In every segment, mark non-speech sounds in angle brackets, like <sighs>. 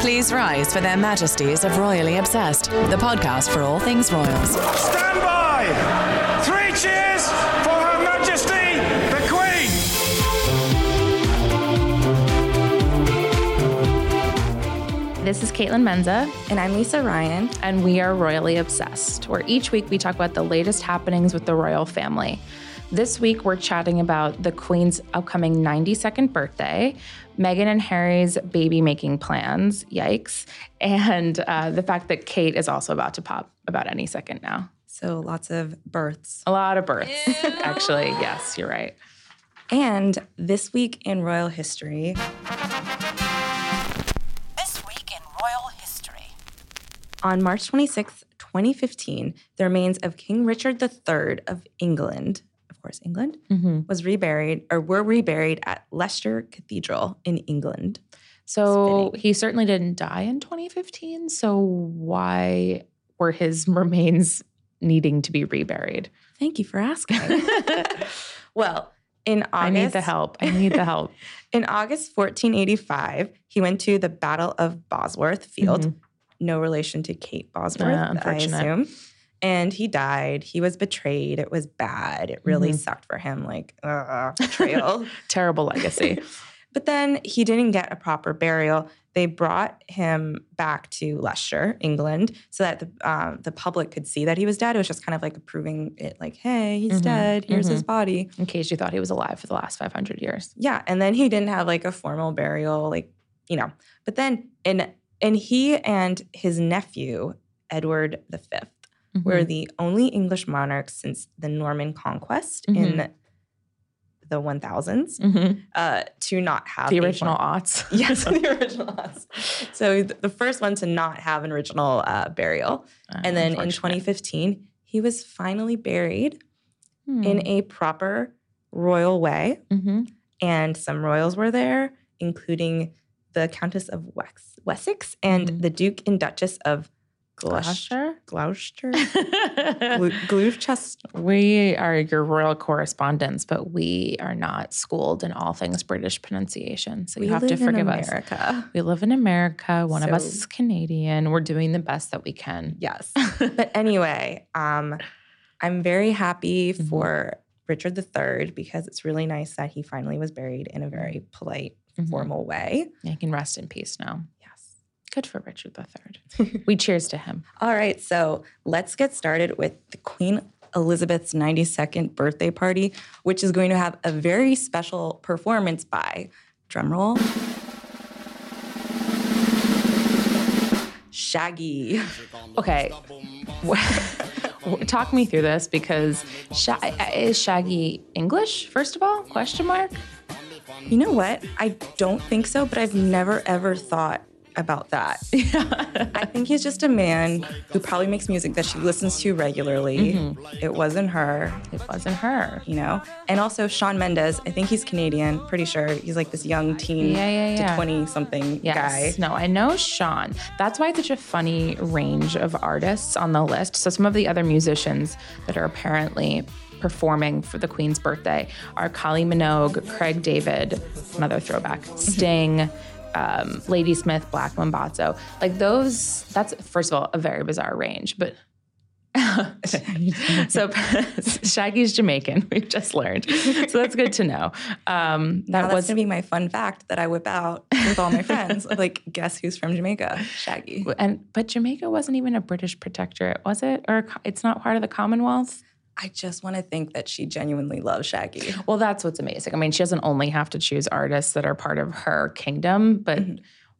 Please rise for their majesties of Royally Obsessed, the podcast for all things royals. Stand by! Three cheers for Her Majesty the Queen! This is Caitlin Menza, And I'm Lisa Ryan. and we are Royally Obsessed, where each week we talk about the latest happenings with the royal family. This week, we're chatting about the Queen's upcoming 92nd birthday, Meghan and Harry's baby making plans, yikes, and uh, the fact that Kate is also about to pop about any second now. So lots of births. A lot of births, actually. Yes, you're right. And this week in royal history, This Week in Royal History. on March 26, 2015, the remains of King Richard III of England, of course, England, was reburied or were reburied at Leicester Cathedral in England. So he certainly didn't die in 2015. So why were his <laughs> remains needing to be reburied? Thank you <laughs> for asking. well, in August, I need the help. I need <laughs> the help. In August 1485, he went to the Battle of Bosworth Field. No relation to Kate Bosworth, Mm-hmm. Ah, I unfortunate. assume. And he died. He was betrayed. It was bad. It really Mhm. sucked for him, like ugh, <laughs> betrayal. Terrible legacy. <laughs> but then he didn't get a proper burial. They brought him back to Leicester, England, so that the um, the public could see that he was dead. It was just kind of like proving it, like, hey, he's Mhm, dead. Here's his body. In case you thought he was alive for the last 500 years. Yeah, and then he didn't have like a formal burial, like you know. But then, and and he and his nephew Edward V were Mm-hmm. the only English monarchs since the Norman Conquest Mm-hmm. in the 1000s Mhm. uh, to not have The a original <laughs> form- aughts. Yes, <laughs> the original. us. So th- the first one to not have an original uh, burial, Ah, and then in 2015 he was finally buried in Mm. a proper royal way hmm and some royals were there, including the Countess of Wex- Wessex and Mhm. the Duke and Duchess of Gloucester. Gloucester. <laughs> Gloucester? <laughs> Glu- Gloucester. we are your royal correspondents, but we are not schooled in all things British pronunciation. So you have to forgive us. America. We live in America. One of us So- is Canadian. We're doing the best that we can. <laughs> Yes. but anyway, um, I'm very happy Mhm. for Richard III because it's really nice that he finally was buried in a very polite, Mhm. formal way. You can rest in peace now. Yes. Good for Richard III. we cheers to him. All right, so let's get started with the Queen Elizabeth's 92nd birthday party, which is going to have a very special performance by, drumroll, Shaggy. Okay. W- <laughs> Talk me through this because Sha- is Shaggy English, first of all? Question mark? You know what? I don't think so, but I've never ever thought about that. I think he's just a man who probably makes music that she listens to regularly. It wasn't her. It wasn't her. you know? And also Sean Mendes, I think he's Canadian, pretty sure. He's like this young teen Yeah, yeah, to yeah. 20 something Yes. guy. No, I know Sean. That's why it's such a funny range of artists on the list. So some of the other musicians that are apparently performing for the Queen's birthday are Kylie Minogue, Craig David, another throwback, Mm-hmm. Sting. Um, Ladysmith, Black Mambazo, like those. That's first of all a very bizarre range, but <laughs> so <laughs> Shaggy's Jamaican. We've just learned, so that's good to know. Um, that Now that's was gonna be my fun fact that I whip out with all <laughs> my friends. Of, like, guess who's from Jamaica? Shaggy. And but Jamaica wasn't even a British protectorate, was it? Or a co- it's not part of the Commonwealth? I just want to think that she genuinely loves Shaggy. Well, that's what's amazing. I mean, she doesn't only have to choose artists that are part of her kingdom, but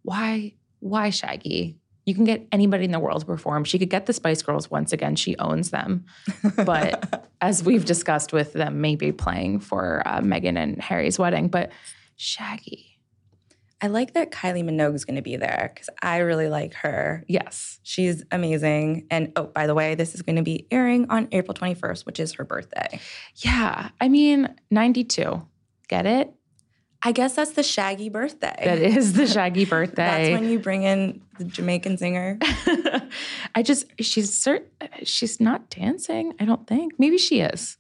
why why Shaggy? You can get anybody in the world to perform. She could get the Spice Girls once again. She owns them. <laughs> But as we've discussed with them, maybe playing for uh, Meghan and Harry's wedding, but Shaggy. I like that Kylie Minogue's gonna be there because I really like her. Yes. She's amazing. And oh, by the way, this is gonna be airing on April 21st, which is her birthday. Yeah. I mean, 92. Get it? I guess that's the Shaggy birthday. <laughs> That is the Shaggy birthday. That's when you bring in the Jamaican singer. <laughs> I just she's cert- she's not dancing. I don't think. Maybe she is.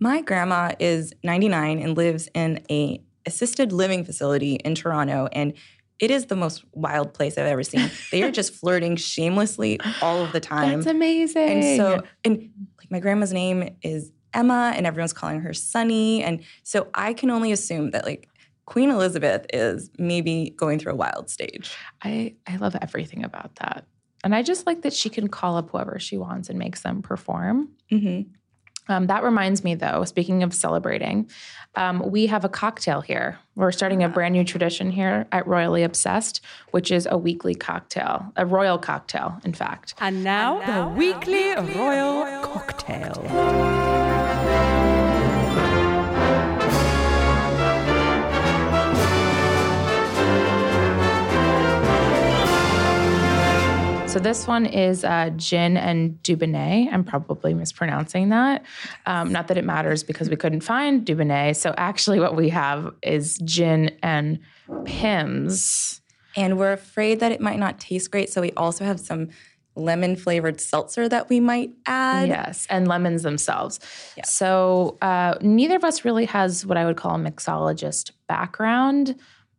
My grandma is 99 and lives in a assisted living facility in Toronto and It is the most wild place I've <laughs> ever seen. They are just flirting shamelessly all of the time. That's amazing. And so, and like my grandma's name is Emma, and everyone's calling her Sunny. And so I can only assume that like Queen Elizabeth is maybe going through a wild stage. I, I love everything about that. And I just like that she can call up whoever she wants and makes them perform. Mm-hmm. Um, that reminds me, though, speaking of celebrating, um, we have a cocktail here. We're starting Ah. a brand new tradition here at Royally Obsessed, which is a weekly cocktail, a royal cocktail, in fact. And now, the weekly royal, cocktail. So this one is uh, gin and Dubonnet. I'm probably mispronouncing that. Um, not that it matters because we couldn't find Dubonnet. So actually, what we have is gin and Pims. And we're afraid that it might not taste great. So we also have some lemon flavored seltzer that we might add. Yes, and lemons themselves. So uh, neither of us really has what I would call a mixologist background,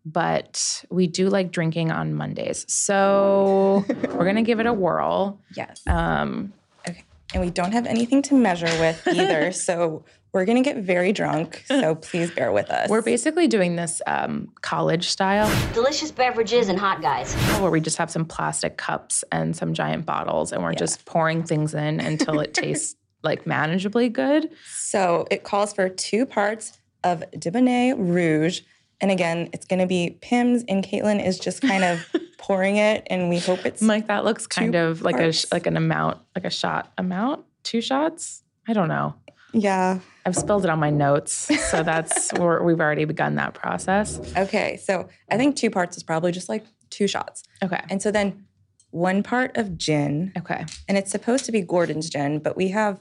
but we do like drinking on Mondays. So we're gonna give it a whirl. Yes. Um, and we don't have anything to measure <laughs> with either. so we're going to get very drunk. So please bear with us. we're basically doing this um, college style, Delicious beverages and hot guys. where we just have some plastic cups and some giant bottles, and we're just pouring things in until it tastes like manageably good. So it calls for two parts of Dibonnet Rouge. And again, it's going to be Pims, and Caitlin is just <laughs> kind of pouring it, and we hope it's Like that looks kind of like a sh- parts. like an amount, like a shot amount, two shots. I don't know. yeah. I've spilled it on my notes, so that's we're, we've already begun that process. Okay, so I think two parts is probably just like two shots, Okay. and so then one part of gin, Okay. and it's supposed to be Gordon's gin, but we have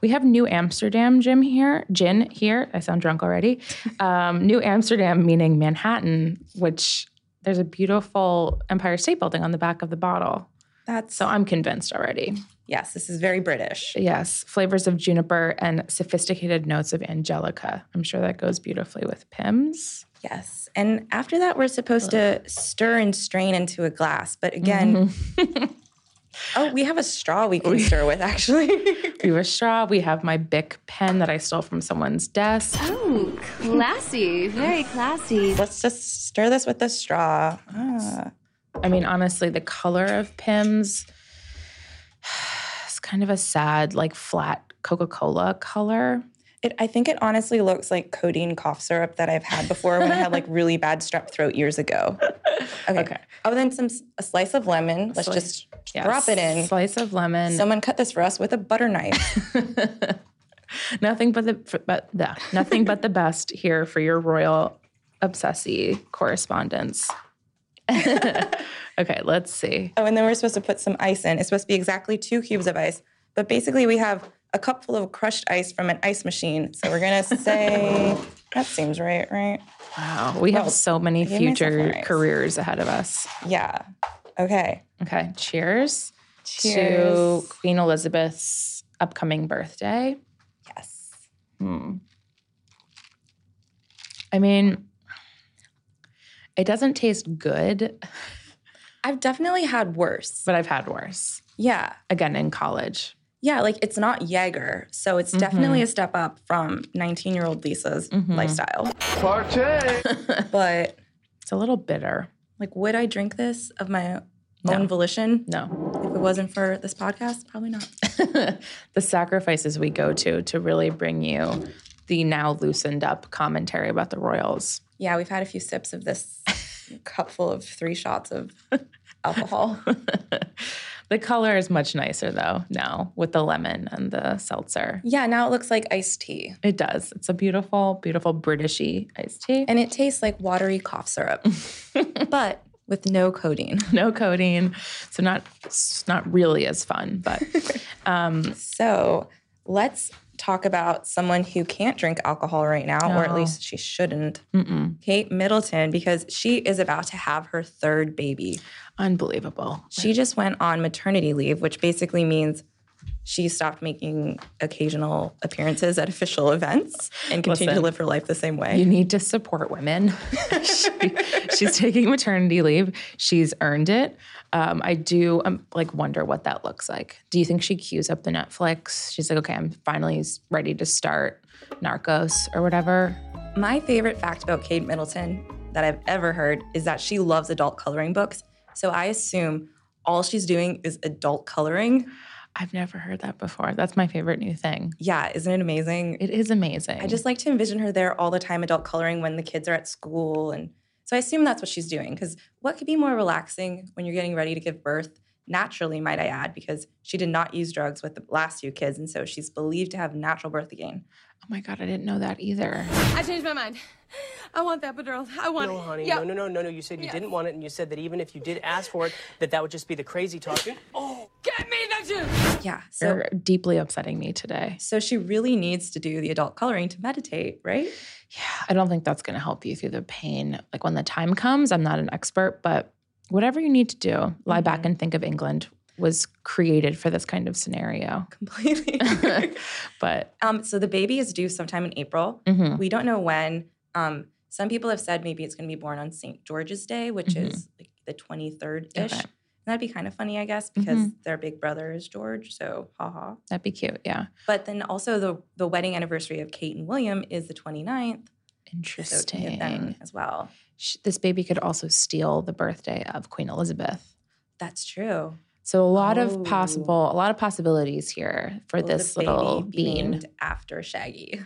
We have New Amsterdam gin here. Gin here. I sound drunk already. Um, New Amsterdam meaning Manhattan, which there's a beautiful Empire State Building on the back of the bottle. that's So I'm convinced already. yes, this is very British. Yes, flavors of juniper and sophisticated notes of angelica. I'm sure that goes beautifully with Pims. Yes, and after that, we're supposed to stir and strain into a glass, but again. Mm-hmm. <laughs> Oh, we have a straw <laughs> we can stir with actually. <laughs> We have a straw. We have my Bic pen that I stole from someone's desk. Oh, classy. Very classy. Let's just stir this with a straw. Ah. I mean, honestly, the color of Pims <sighs> is kind of a sad, like flat Coca Cola color. It, I think it honestly looks like codeine cough syrup that I've had before when I had like <laughs> really bad strep throat years ago. Okay. Oh, then some s- a slice of lemon. Let's Slice. just drop it in. Slice of lemon. Someone cut this for us with a butter knife. nothing but the f- but the nothing but the best here for your royal obsessy correspondence. <laughs> okay, let's see. oh, and then we're supposed to put some ice in. It's supposed to be exactly two cubes of ice, but basically we have a cup full of crushed ice from an ice machine. So we're gonna <laughs> say that seems right, right? Wow, we have Well, so many gave myself an future ice. careers ahead of us. Yeah. Okay. Okay, cheers, Cheers. to Queen Elizabeth's upcoming birthday. Yes. I mean, it doesn't taste good, I've definitely had worse. but I've had worse. Yeah. Again, in college. Yeah, like it's not Jaeger. So it's definitely a step up from 19 year old Lisa's lifestyle. <laughs> But It's a little bitter. like, would I drink this of my No. own volition? No. If it wasn't for this podcast, probably not. the sacrifices we go to to really bring you the now loosened up commentary about the royals. yeah, we've had a few sips <laughs> of this cup full of three shots of alcohol. The color is much nicer though now with the lemon and the seltzer. yeah, now it looks like iced tea. It does. It's a beautiful, beautiful Britishy iced tea. <laughs> And it tastes like watery cough syrup, but with no codeine. no codeine, so not it's not really as fun. But <laughs> So let's talk about someone who can't drink alcohol right now, or at No. least she shouldn't. mm-mm. Kate Middleton because she is about to have her third baby. unbelievable. She just went on maternity leave, which basically means she stopped making occasional appearances at official events and continued Listen. to live her life the same way. You need to support women. <laughs> she, she's taking maternity leave. She's earned it. Um, I do um, like wonder what that looks like. Do you think she queues up the Netflix? She's like, okay, I'm finally s- ready to start Narcos or whatever. My favorite fact about Kate Middleton that I've ever heard is that she loves adult coloring books. So I assume all she's doing is adult coloring. I've never heard that before. That's my favorite new thing. Yeah, isn't it amazing? It is amazing. I just like to envision her there all the time, adult coloring when the kids are at school. And so I assume that's what she's doing. Because what could be more relaxing when you're getting ready to give birth? Naturally, might I add, because she did not use drugs with the last few kids. And so she's believed to have natural birth again. oh my god, I didn't know that either. I changed my mind. I want that epidural. I want No, it. honey. Yeah. No, no, no, no, no. You said you didn't want it, and you said that even if you did ask for it, that that would just be the crazy talk. Oh, Get me the juice. Yeah. So, You're deeply upsetting me today. so she really needs to do the adult coloring to meditate, right? <laughs> I don't think that's going to help you through the pain. Like when the time comes, I'm not an expert, but whatever you need to do, lie Mm-hmm. back and think of England was created for this kind of scenario. Completely. but um, so the baby is due sometime in April. mhm. We don't know when. Um, some people have said maybe it's going to be born on St. George's Day, which is like the 23rd ish. Mm-hmm. Okay. Mm-hmm. That'd be kind of funny, I guess, because their big brother is George. So, haha. that'd be cute. Yeah. But then also, the, the wedding anniversary of Kate and William is the 29th. So, it can hit them Interesting. as well. Sh This baby could also steal the birthday of Queen Elizabeth. That's true. So a lot Oh. of possible, a lot of possibilities here for Will the this little baby be bean. named after Shaggy.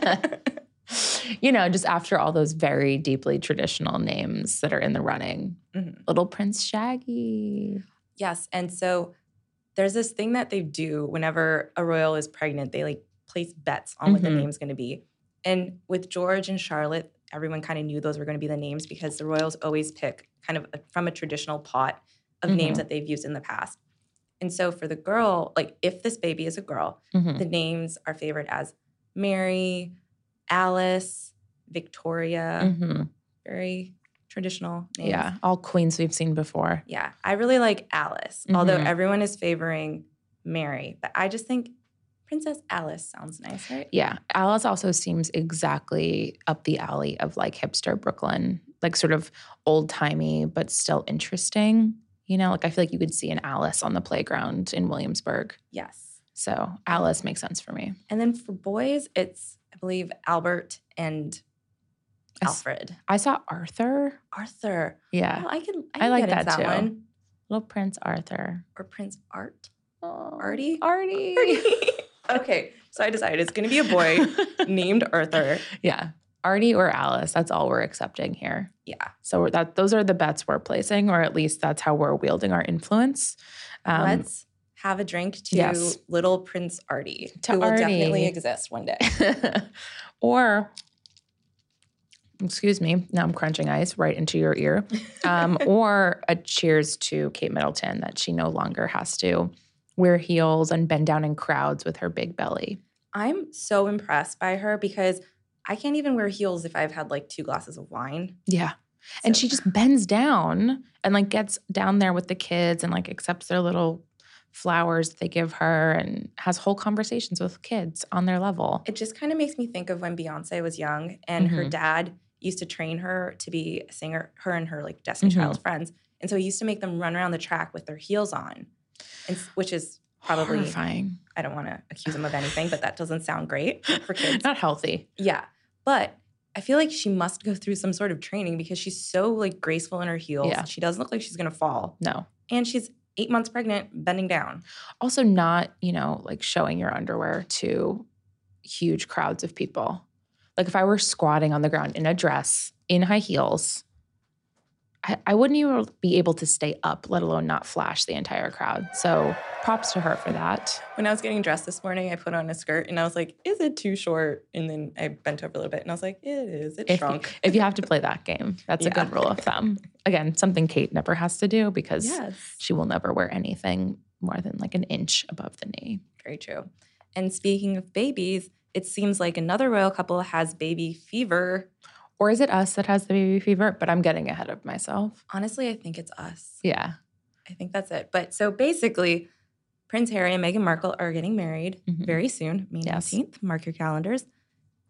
<laughs> you know, just after all those very deeply traditional names that are in the running. Mhm. Little Prince Shaggy. Yes. And so there's this thing that they do whenever a royal is pregnant, they like place bets on what the Mhm. name's going to be. And with George and Charlotte, everyone kind of knew those were going to be the names because the royals always pick kind of a, from a traditional pot of Mhm. names that they've used in the past. And so for the girl, like if this baby is a girl, Mhm. the names are favored as Mary, Alice, Victoria, Mhm. very traditional names. Yeah, all queens we've seen before. Yeah, I really like Alice, although Mhm. everyone is favoring Mary, but I just think Princess Alice sounds nice, right? Yeah, Alice also seems exactly up the alley of like hipster Brooklyn, like sort of old timey but still interesting. You know, like I feel like you could see an Alice on the playground in Williamsburg. Yes. So Alice makes sense for me. And then for boys, it's, I believe, Albert and I s- Alfred. I saw Arthur. Arthur. Yeah, Oh, I can, I, I can like get into that that, too. one. little Prince Arthur. Or Prince Art. <laughs> Oh, Artie? Artie. <laughs> okay, so I decided it's going to be a <laughs> boy named Arthur. yeah, Artie or Alice. That's all we're accepting here. Yeah. So we're- that those are the bets we're placing, or at least that's how we're wielding our influence. Um, Let's have a drink to yes. little Prince Artie, To who will Artie. definitely exist one day. or excuse me, now I'm crunching ice right into your ear. Um, or a cheers to Kate Middleton that she no longer has to wear heels and bend down in crowds with her big belly. I'm so impressed by her because I can't even wear heels if I've had like two glasses of wine. Yeah. And So- she just bends down and like gets down there with the kids and like accepts their little flowers that they give her and has whole conversations with kids on their level. It just kind of makes me think of when Beyonce was young and her Mhm. dad used to train her to be a singer, her and her like Destiny Mhm. Child friends. And so he used to make them run around the track with their heels on, and, s- which is probably, horrifying. I don't want to accuse him of anything, but that doesn't sound great for <laughs> kids. Not healthy. Yeah. But I feel like she must go through some sort of training because she's so like graceful in her heels. Yeah. She doesn't look like she's going to fall. No. And she's eight months pregnant, bending down. Also not, you know, like showing your underwear to huge crowds of people. Like if I were squatting on the ground in a dress, in high heels, I, I wouldn't even be able to stay up, let alone not flash the entire crowd. So props to her for that. when I was getting dressed this morning, I put on a skirt and I was like, is it too short? And then I bent over a little bit and I was like, it is, it if, shrunk. if you have to play that game, that's a Yeah. good rule of thumb. Again, something Kate never has to do because Yes. she will never wear anything more than like an inch above the knee. Very true. And speaking of babies, it seems like another royal couple has baby fever. Or is it us that has the baby fever? But I'm getting ahead of myself. Honestly, I think it's us. Yeah. I think that's it. But so basically, Prince Harry and Meghan Markle are getting married Mhm. very soon, May Yes. 19th. Mark your calendars.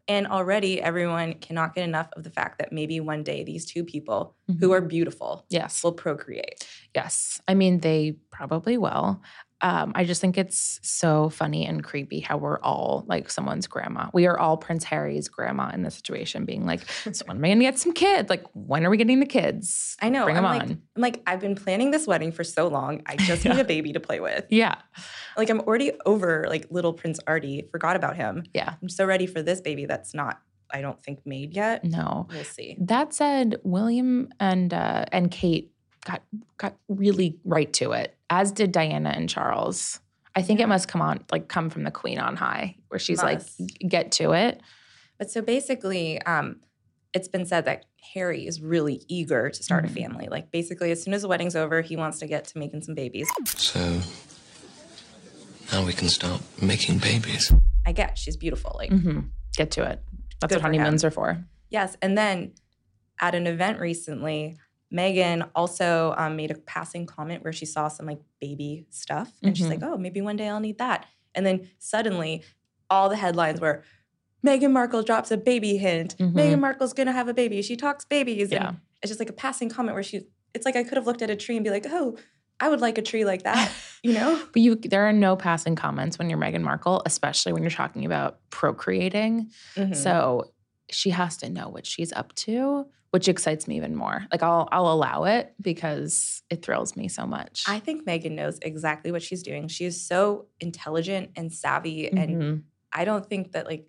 And already everyone cannot get enough of the fact that maybe one day these two people who are beautiful Yes. will procreate. Yes. I mean, they probably will. Um, I just think it's so funny and creepy how we're all like someone's grandma. We are all Prince Harry's grandma in this situation, being <laughs> like, so when am I going to get some kids? Like, when are we getting the kids? I know. Bring I'm them like, on. I'm like, I've been planning this wedding for so long. I <laughs> just need a baby to play with. Yeah. Like I'm already over like little Prince Artie, forgot about him. Yeah. I'm so ready for this baby that's not, I don't think, made yet. No. We'll see. That said, William and uh, and Kate got got really right to it, as did Diana and Charles. I think it must come on like come from the Queen on high, where she's Must. like, get to it. But so basically, um, it's been said that Harry is really eager to start Mhm. a family. Like basically, as soon as the wedding's over, he wants to get to making some babies. So now we can start making babies. I get she's beautiful. Like hmm Get to it. That's Good what for him. honeymoons are for. yes. And then at an event recently, Megan also um, made a passing comment where she saw some like baby stuff, and she's Mhm. like, "Oh, maybe one day I'll need that." And then suddenly, all the headlines were. Meghan Markle drops a baby hint. Mhm. Meghan Markle's gonna have a baby. She talks babies. and Yeah. it's just like a passing comment where she it's like I could have looked at a tree and be like, oh, I would like a tree like that, you know? But you, there are no passing comments when you're Meghan Markle, especially when you're talking about procreating. Mm-hmm. So she has to know what she's up to, which excites me even more. Like I'll, I'll allow it because it thrills me so much. I think Megan knows exactly what she's doing. She is so intelligent and savvy. And Mhm. I don't think that like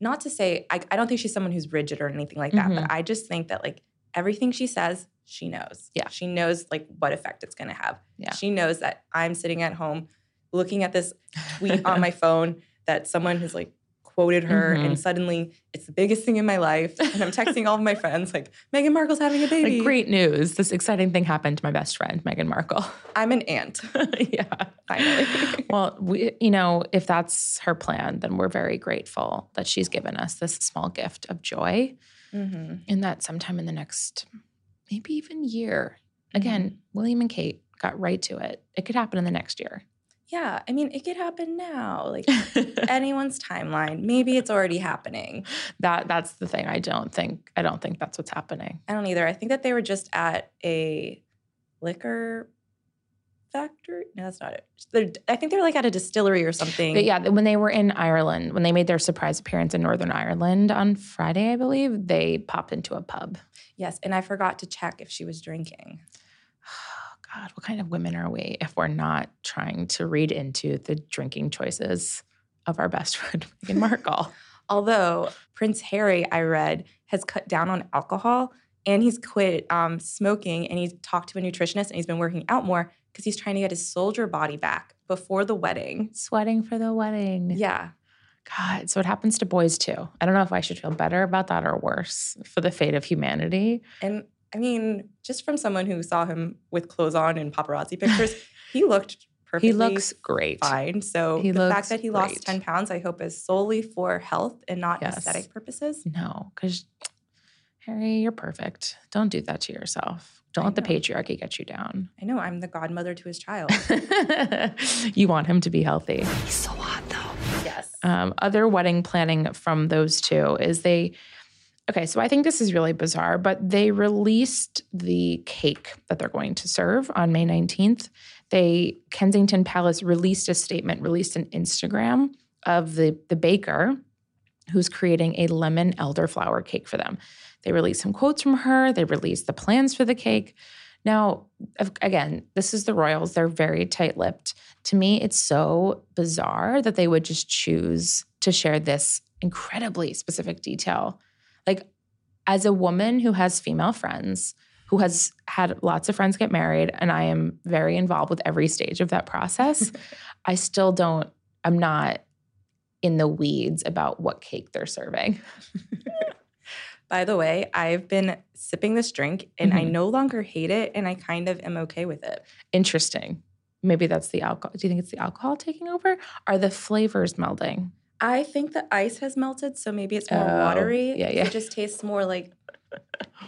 not to say I, I don't think she's someone who's rigid or anything like that, Mm-hmm. but I just think that like everything she says, she knows. Yeah. She knows like what effect it's gonna have. Yeah. She knows that I'm sitting at home looking at this tweet <laughs> on my phone that someone has like quoted her Mhm. and suddenly it's the biggest thing in my life and i'm texting all of my friends like megan markle's having a <laughs> baby like great news. This exciting thing happened to my best friend, Meghan Markle. <laughs> i'm an aunt yeah. <laughs> finally well, we, you know, if that's her plan, then we're very grateful that she's given us this small gift of joy. Mhm. and that sometime in the next maybe even year again william and kate got right to it it could happen in the next year yeah i mean it could happen now <laughs> like anyone's timeline maybe it's already happening that that's the thing i don't think i don't think that's what's happening i don't either i think that they were just at a liquor factory no that's not it They're- i think they're like at a distillery or something but yeah when they were in ireland when they made their surprise appearance in northern ireland on friday i believe they popped into a pub yes and i forgot to check if she was drinking oh god what kind of women are we if we're not trying to read into the drinking choices of our best <laughs> friend Meghan Markle. Although Prince Harry, I read, has cut down on alcohol and he's quit um, smoking and he's talked to a nutritionist and he's been working out more because he's trying to get his soldier body back before the wedding. Sweating for the wedding. Yeah. God, so it happens to boys too. I don't know if I should feel better about that or worse for the fate of humanity. And I mean, just from someone who saw him with clothes on in <laughs> paparazzi pictures, he looked perfectly he looks great. fine. So He the looks fact that he great. lost 10 pounds, I hope, is solely for health and not Yes. aesthetic purposes. No, because Harry, you're perfect. Don't do that to yourself. Don't I let the know. patriarchy get you down. I know I'm the godmother to his child. <laughs> <laughs> you want him to be healthy. He's so hot though. yes. um, other wedding planning from those two is they okay so i think this is really bizarre but they released the cake that they're going to serve on may 19th they kensington palace released a statement released an instagram of the the baker who's creating a lemon elderflower cake for them they released some quotes from her they released the plans for the cake now of- again this is the royals they're very tight-lipped to me, it's so bizarre that they would just choose to share this incredibly specific detail. Like, as a woman who has female friends, who has had lots of friends get married, and I am very involved with every stage of that process, I still don't, I'm not in the weeds about what cake they're serving. By the way, I've been sipping this drink and I Mhm. no longer hate it and I kind of am okay with it. Interesting. Maybe that's the alcohol. Do you think it's the alcohol taking over? Are the flavors melding? I think the ice has melted, so maybe it's more Oh, watery. yeah, so yeah. It just tastes more like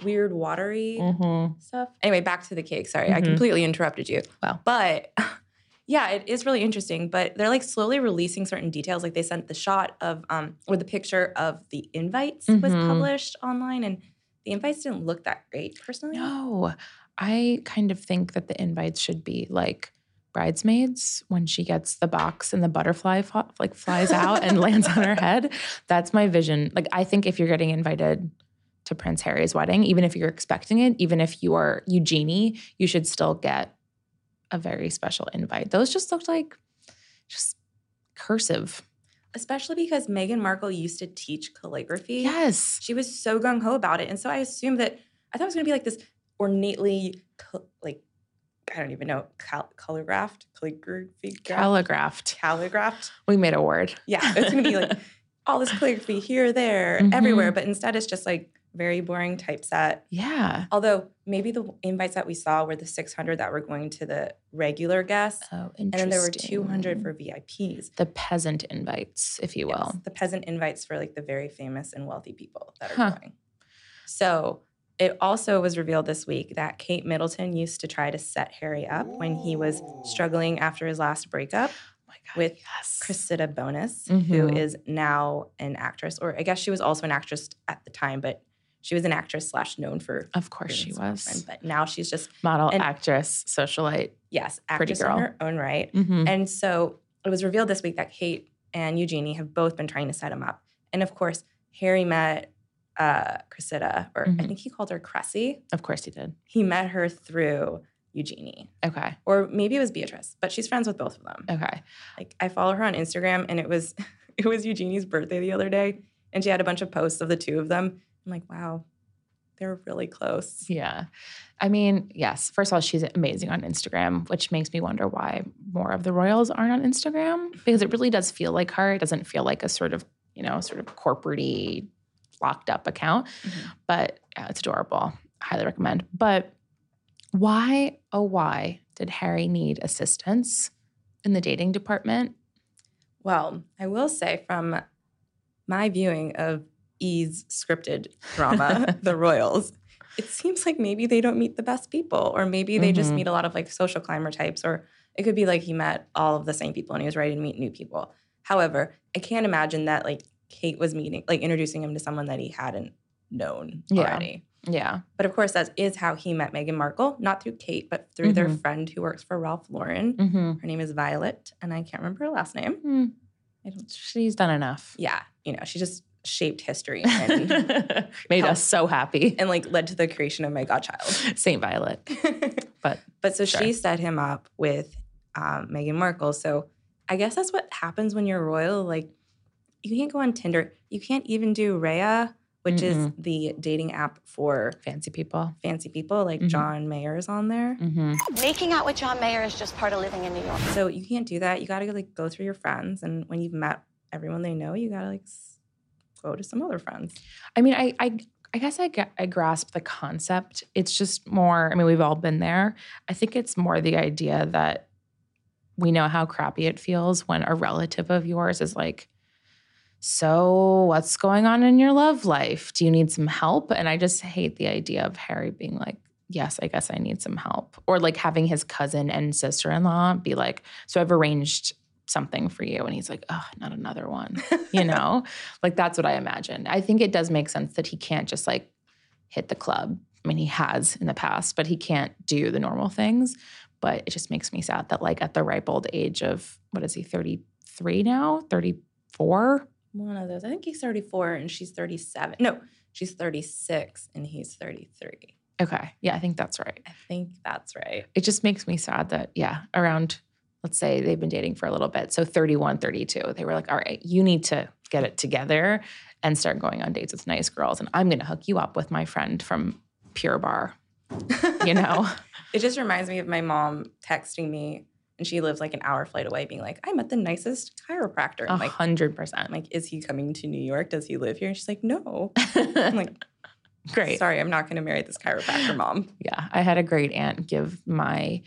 weird watery Mm-hmm. stuff. Anyway, back to the cake. Sorry, I Mhm. completely interrupted you. Wow. But <laughs> yeah, it is really interesting, but they're like slowly releasing certain details. Like they sent the shot of um or the picture of the invites was Mhm. published online and the invites didn't look that great personally. No, I kind of think that the invites should be like bridesmaids when she gets the box and the butterfly fo- like flies out and lands on <laughs> her head. That's my vision. Like I think if you're getting invited to Prince Harry's wedding, even if you're expecting it, even if you are Eugenie, you should still get a very special invite. Those just looked like just cursive. Especially because Meghan Markle used to teach calligraphy. Yes. She was so gung ho about it. And so I assumed that I thought it was going to be like this ornately, cal- like, I don't even know, cal- calligraphed, calligraphy, Calligraphed. calligraphed. We made a word. <laughs> Yeah, it's going to be like all this calligraphy here, there, Mhm. everywhere. But instead, it's just like very boring typeset. Yeah. Although maybe the invites that we saw were the 600 that were going to the regular guests, Oh, interesting. and then there were 200 for VIPs. the peasant invites, if you will. Yes, the peasant invites for like the very famous and wealthy people that are Huh. going. So it also was revealed this week that Kate Middleton used to try to set Harry up when he was struggling after his last breakup my with yes. Cressida Bonus, Mhm. is now an actress, or I guess she was also an actress at the time, but she was an actress slash known for. Of course she being a was. boyfriend, but now she's just model, and- actress, socialite. yes, Pretty actress in girl. Mm-hmm. her own right. And so it was revealed this week that Kate and Eugenie have both been trying to set him up. And of course, Harry met uh, Cressida, or I Mhm. think he called her Cressy. Of course he did. He met her through Eugenie, Okay. or maybe it was Beatrice, but she's friends with both of them. Okay. Like I follow her on Instagram, and it was <laughs> it was Eugenie's birthday the other day, and she had a bunch of posts of the two of them. I'm like, wow, they're really close. Yeah. I mean, yes. First of all, she's amazing on Instagram, which makes me wonder why more of the royals aren't on Instagram because it really does feel like her. It doesn't feel like a sort of, you know, sort of corporate locked up account, Mhm. but yeah, it's adorable. Highly recommend. But why, oh, why did Harry need assistance in the dating department? Well, I will say from my viewing of E's scripted drama, The Royals, it seems like maybe they don't meet the best people, or maybe they just Mhm. meet a lot of like social climber types, or it could be like he met all of the same people and he was ready to meet new people. However, I can't imagine that like Kate was meeting, like introducing him to someone that he hadn't known Yeah. already. Yeah. But of course, that is how he met Meghan Markle, not through Kate, but through their friend who works for Ralph Lauren. Mm-hmm. Hmm. Her name is Violet, and I can't remember her last name. I don't She's done enough. yeah, you know, she just shaped history and, <laughs> Made Help. us so happy. <laughs> and like led to the creation of my godchild. <laughs> St. Violet. But but so Sure. she set him up with um, Meghan Markle. So I guess that's what happens when you're royal. Like, you can't go on Tinder. You can't even do Raya, which is the dating app for fancy people. fancy people. Like Mhm. John Mayer's on there. Mm-hmm. Making out with John Mayer is just part of living in New York. So you can't do that. You got to like go through your friends, and when you've met everyone they know, you got to like s- go to some other friends. I mean, I, I, I guess I, gra- I grasp the concept. It's just more. I mean, we've all been there. I think it's more the idea that we know how crappy it feels when a relative of yours is like, "So, what's going on in your love life? Do you need some help?" And I just hate the idea of Harry being like. Yes, I guess I need some help. Or like having his cousin and sister in law be like, So I've arranged something for you. And he's like, Oh, not another one. you know like that's what i imagine i think it does make sense that he can't just like hit the club i mean he has in the past but he can't do the normal things but it just makes me sad that like at the ripe old age of what is he 33 now 34 one of those. I think he's 34 and she's 37. No, she's 36 and he's 33. okay yeah i think that's right I think that's right. it just makes me sad that yeah around let's say they've been dating for a little bit so 31 32 they were like all right you need to get it together and start going on dates with nice girls and i'm going to hook you up with my friend from pure bar you know It just reminds me of my mom texting me and she lives like an hour flight away being like, I met the nicest chiropractor. A I'm like, hundred percent. I'm like, is he coming to New York? Does he live here? And she's like, no. I'm Like, like, <laughs> great. sorry, I'm not going to marry this chiropractor mom. <laughs> Yeah, I had a great aunt give my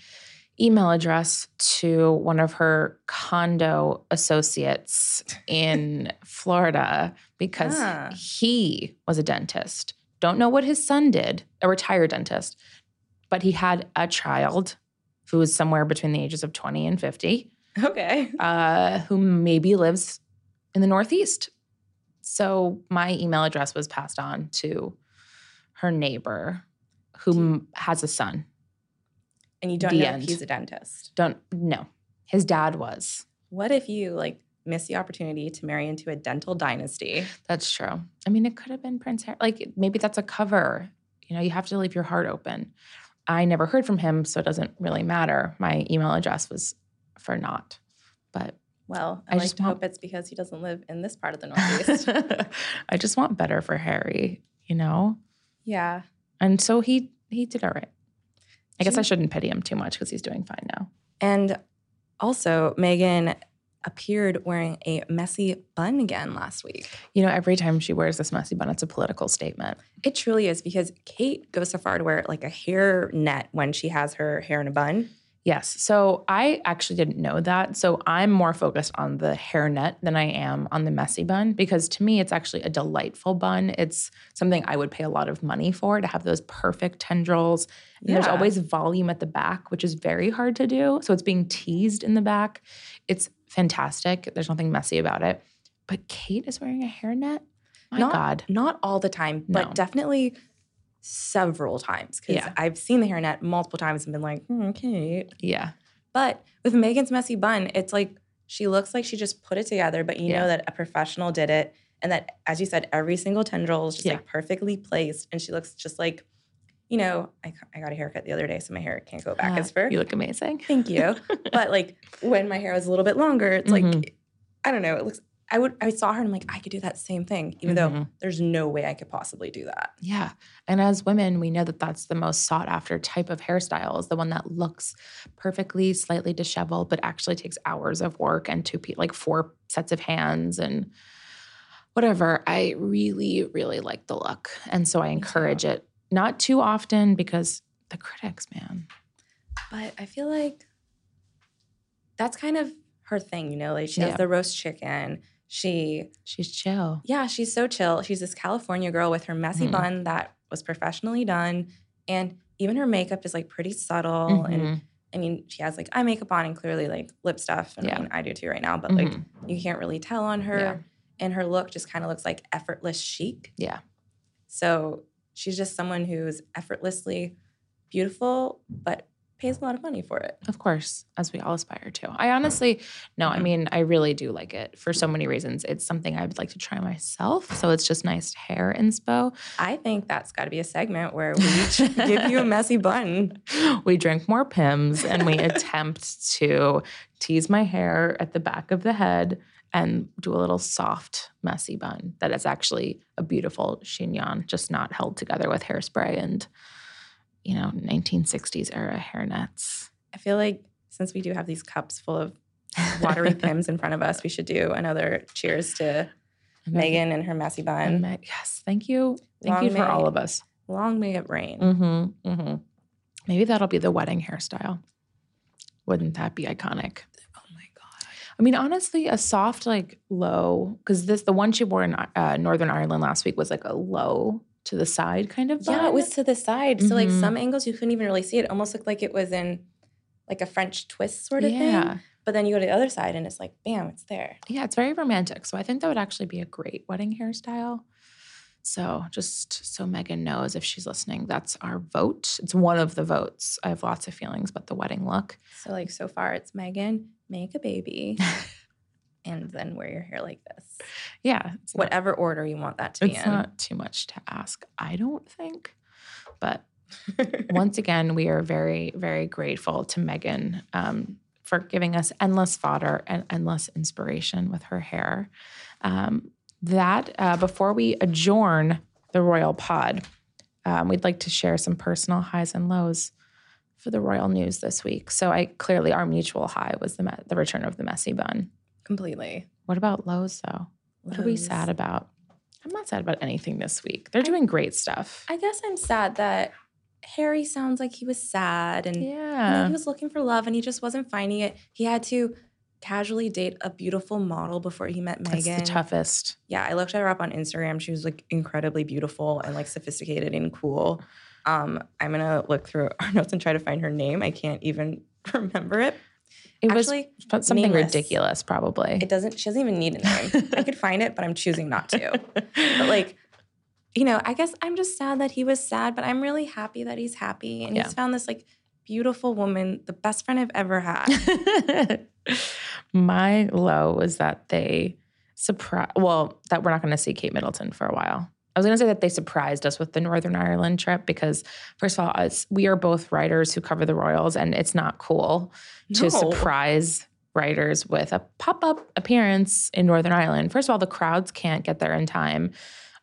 email address to one of her condo associates in Florida because Ah. he was a dentist. Don't know what his son did, a retired dentist, but he had a child who is somewhere between the ages of 20 and 50, Okay. uh, who maybe lives in the Northeast. So my email address was passed on to her neighbor who m- has a son. And you don't The know end. if he's a dentist. Don't, no, his dad was. What if you like miss the opportunity to marry into a dental dynasty? That's true. I mean, it could have been Prince Harry. Like maybe that's a cover. You know, you have to leave your heart open. I never heard from him, so it doesn't really matter. My email address was for naught. But <laughs> Well, I I, like just to want- hope it's because he doesn't live in this part of <laughs> the Northeast. I just want better for Harry, you know? yeah. And so he he did all right. I guess I She- shouldn't pity him too much because he's doing fine now. And also, Megan appeared wearing a messy bun again last week. You know, every time she wears this messy bun, it's a political statement. It truly is because Kate goes so far to wear like a hair net when she has her hair in a bun. Yes. So I actually didn't know that. So I'm more focused on the hairnet than I am on the messy bun because to me, it's actually a delightful bun. It's something I would pay a lot of money for to have those perfect tendrils. And there's Yeah. always volume at the back, which is very hard to do. So it's being teased in the back. It's fantastic. There's nothing messy about it. But Kate is wearing a hairnet. My not, God. Not all the time, but No. definitely several times. Because Yeah. I've seen the hair net multiple times and been like, hmm, Kate. Yeah. But with Megan's messy bun, it's like she looks like she just put it together, but you Yeah. know that a professional did it. And that, as you said, every single tendril is just Yeah. like perfectly placed. And she looks just like, you know, I, ca- I got a haircut the other day, so my hair can't go back Uh, as far. You look amazing. <laughs> <laughs> Thank you. but like when my hair was a little bit longer, it's Mhm. like, I don't know, it looks, I would, I saw her and I'm like, I could do that same thing, even though Mhm. there's no way I could possibly do that. Yeah. And as women, we know that that's the most sought after type of hairstyle is the one that looks perfectly, slightly disheveled, but actually takes hours of work and two, pe- like four sets of hands and whatever. I really, really like the look. And so I encourage it not too often because the critics, man. But I feel like that's kind of her thing, you know, like she Yeah. has the roast chicken. She, She's chill. yeah, she's so chill. She's this California girl with her messy Mhm. bun that was professionally done. And even her makeup is like pretty subtle. And Mhm. I mean, she has like eye makeup on and clearly like lip stuff. And Yeah. I mean, I do too right now, but like Mhm. you can't really tell on her. Yeah. And her look just kind of looks like effortless chic. Yeah. So she's just someone who's effortlessly beautiful, but pays a lot of money for it. Of course, as we all aspire to. I honestly, no, I mean, I really do like it for so many reasons. It's something I would like to try myself. So it's just nice hair inspo. I think that's got to be a segment where we each <laughs> give you a messy bun. we drink more pims and we <laughs> attempt to tease my hair at the back of the head and do a little soft messy bun that is actually a beautiful chignon just not held together with hairspray and you know 1960s era hairnets I feel like since we do have these cups full of <laughs> watery pims in front of us, we should do another cheers to And then- Megan and her messy and bun. Meg- yes thank you thank you Long for all may- of us Long may it rain. hmm Mm-hmm, hmm Maybe that'll be the wedding hairstyle. Wouldn't that be iconic? Oh my god! I mean, honestly, a soft like low because this the one she wore in uh, Northern Ireland last week was like a low to the side kind of. Yeah, bun. it was to the side. So like Mhm. some angles you couldn't even really see it. It Almost looked like it was in like a French twist sort of yeah, thing. But then you go to the other side and it's like, bam, it's there. yeah. It's very romantic, so I think that would actually be a great wedding hairstyle. So just so Megan knows if she's listening, that's our vote. It's one of the votes. I have lots of feelings about the wedding look. So like so far it's Megan, make a <laughs> baby, and then wear your hair like this. Yeah, it's not- Whatever order you want that to be it's in. not too much to ask, I don't think. <laughs> But once again, we are very, very grateful to Megan um, for giving us endless fodder and endless inspiration with her hair. Um, that uh, before we adjourn the royal pod, um, we'd like to share some personal highs and lows for the royal news this week. So, I clearly our mutual high was the me- the return of the messy bun. Completely. What about lows though? What are we Lows. sad about? I'm not sad about anything this week. They're doing great stuff. I guess I'm sad that Harry sounds like he was sad and you know, yeah. he was looking for love and he just wasn't finding it. He had to casually date a beautiful model before he met That's Megan. the toughest. yeah, I looked her up on Instagram. She was like incredibly beautiful and like <laughs> sophisticated and cool. Um, I'm gonna look through our notes and try to find her name. I can't even <laughs> remember it. It Actually, was something nameless. ridiculous, probably. It doesn't. She doesn't even need a name. I could find it, but I'm choosing not to. <laughs> But like, you know, I guess I'm just sad that he was sad, but I'm really happy that he's happy and Yeah. he's found this like beautiful woman, the best friend I've ever had. <laughs> My low was that they surprised, well, that we're not going to see Kate Middleton for a while. I was going to say that they surprised us with the Northern Ireland trip because, first of all, us, we are both writers who cover the Royals, and it's not cool No. to surprise writers with a pop up appearance in Northern Ireland. First of all, the crowds can't get there in time.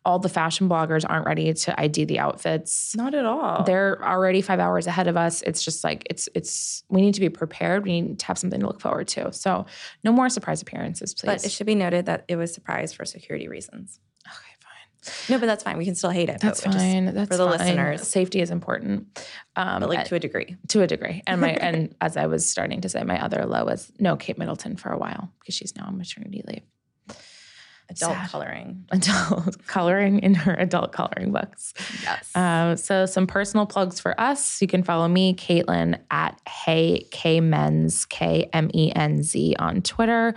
All the fashion bloggers aren't ready to ID the outfits Not at all. they're already five hours ahead of us. It's just like it's it's we need to be prepared. We need to have something to look forward to. So no more surprise appearances, please. but it should be noted that it was surprised for security reasons. okay, fine. No, but that's fine. We can still hate it. That's but we're just- fine. That's for the fine. listeners. Safety is important. Um, but like at- to a degree. to a degree. And my <laughs> and as I was starting to say, my other low is no Kate Middleton for a while because she's now on maternity leave Adult Sad. coloring. until <laughs> coloring in her adult coloring books. Yes. Um, so some personal plugs for us. You can follow me, Caitlin, at Hey K Men's K M E N Z on Twitter,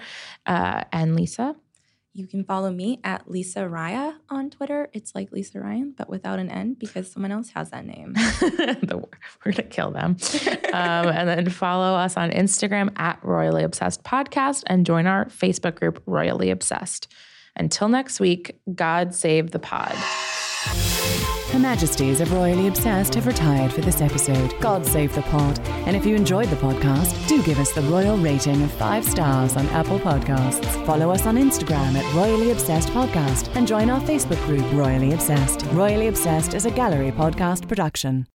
uh, and Lisa. <laughs> you can follow me at Lisa Raya on Twitter. It's like Lisa Ryan, but without an N because someone else has <laughs> that name. The- we're gonna kill them. Um, and then follow us on Instagram at Royally Obsessed Podcast and join our Facebook group Royally Obsessed. Until next week, God save the pod. Her Majesties of Royally Obsessed have retired for this episode. God save the pod. And if you enjoyed the podcast, do give us the royal rating of five stars on Apple Podcasts. Follow us on Instagram at Royally Obsessed Podcast and join our Facebook group Royally Obsessed. Royally Obsessed is a gallery podcast production.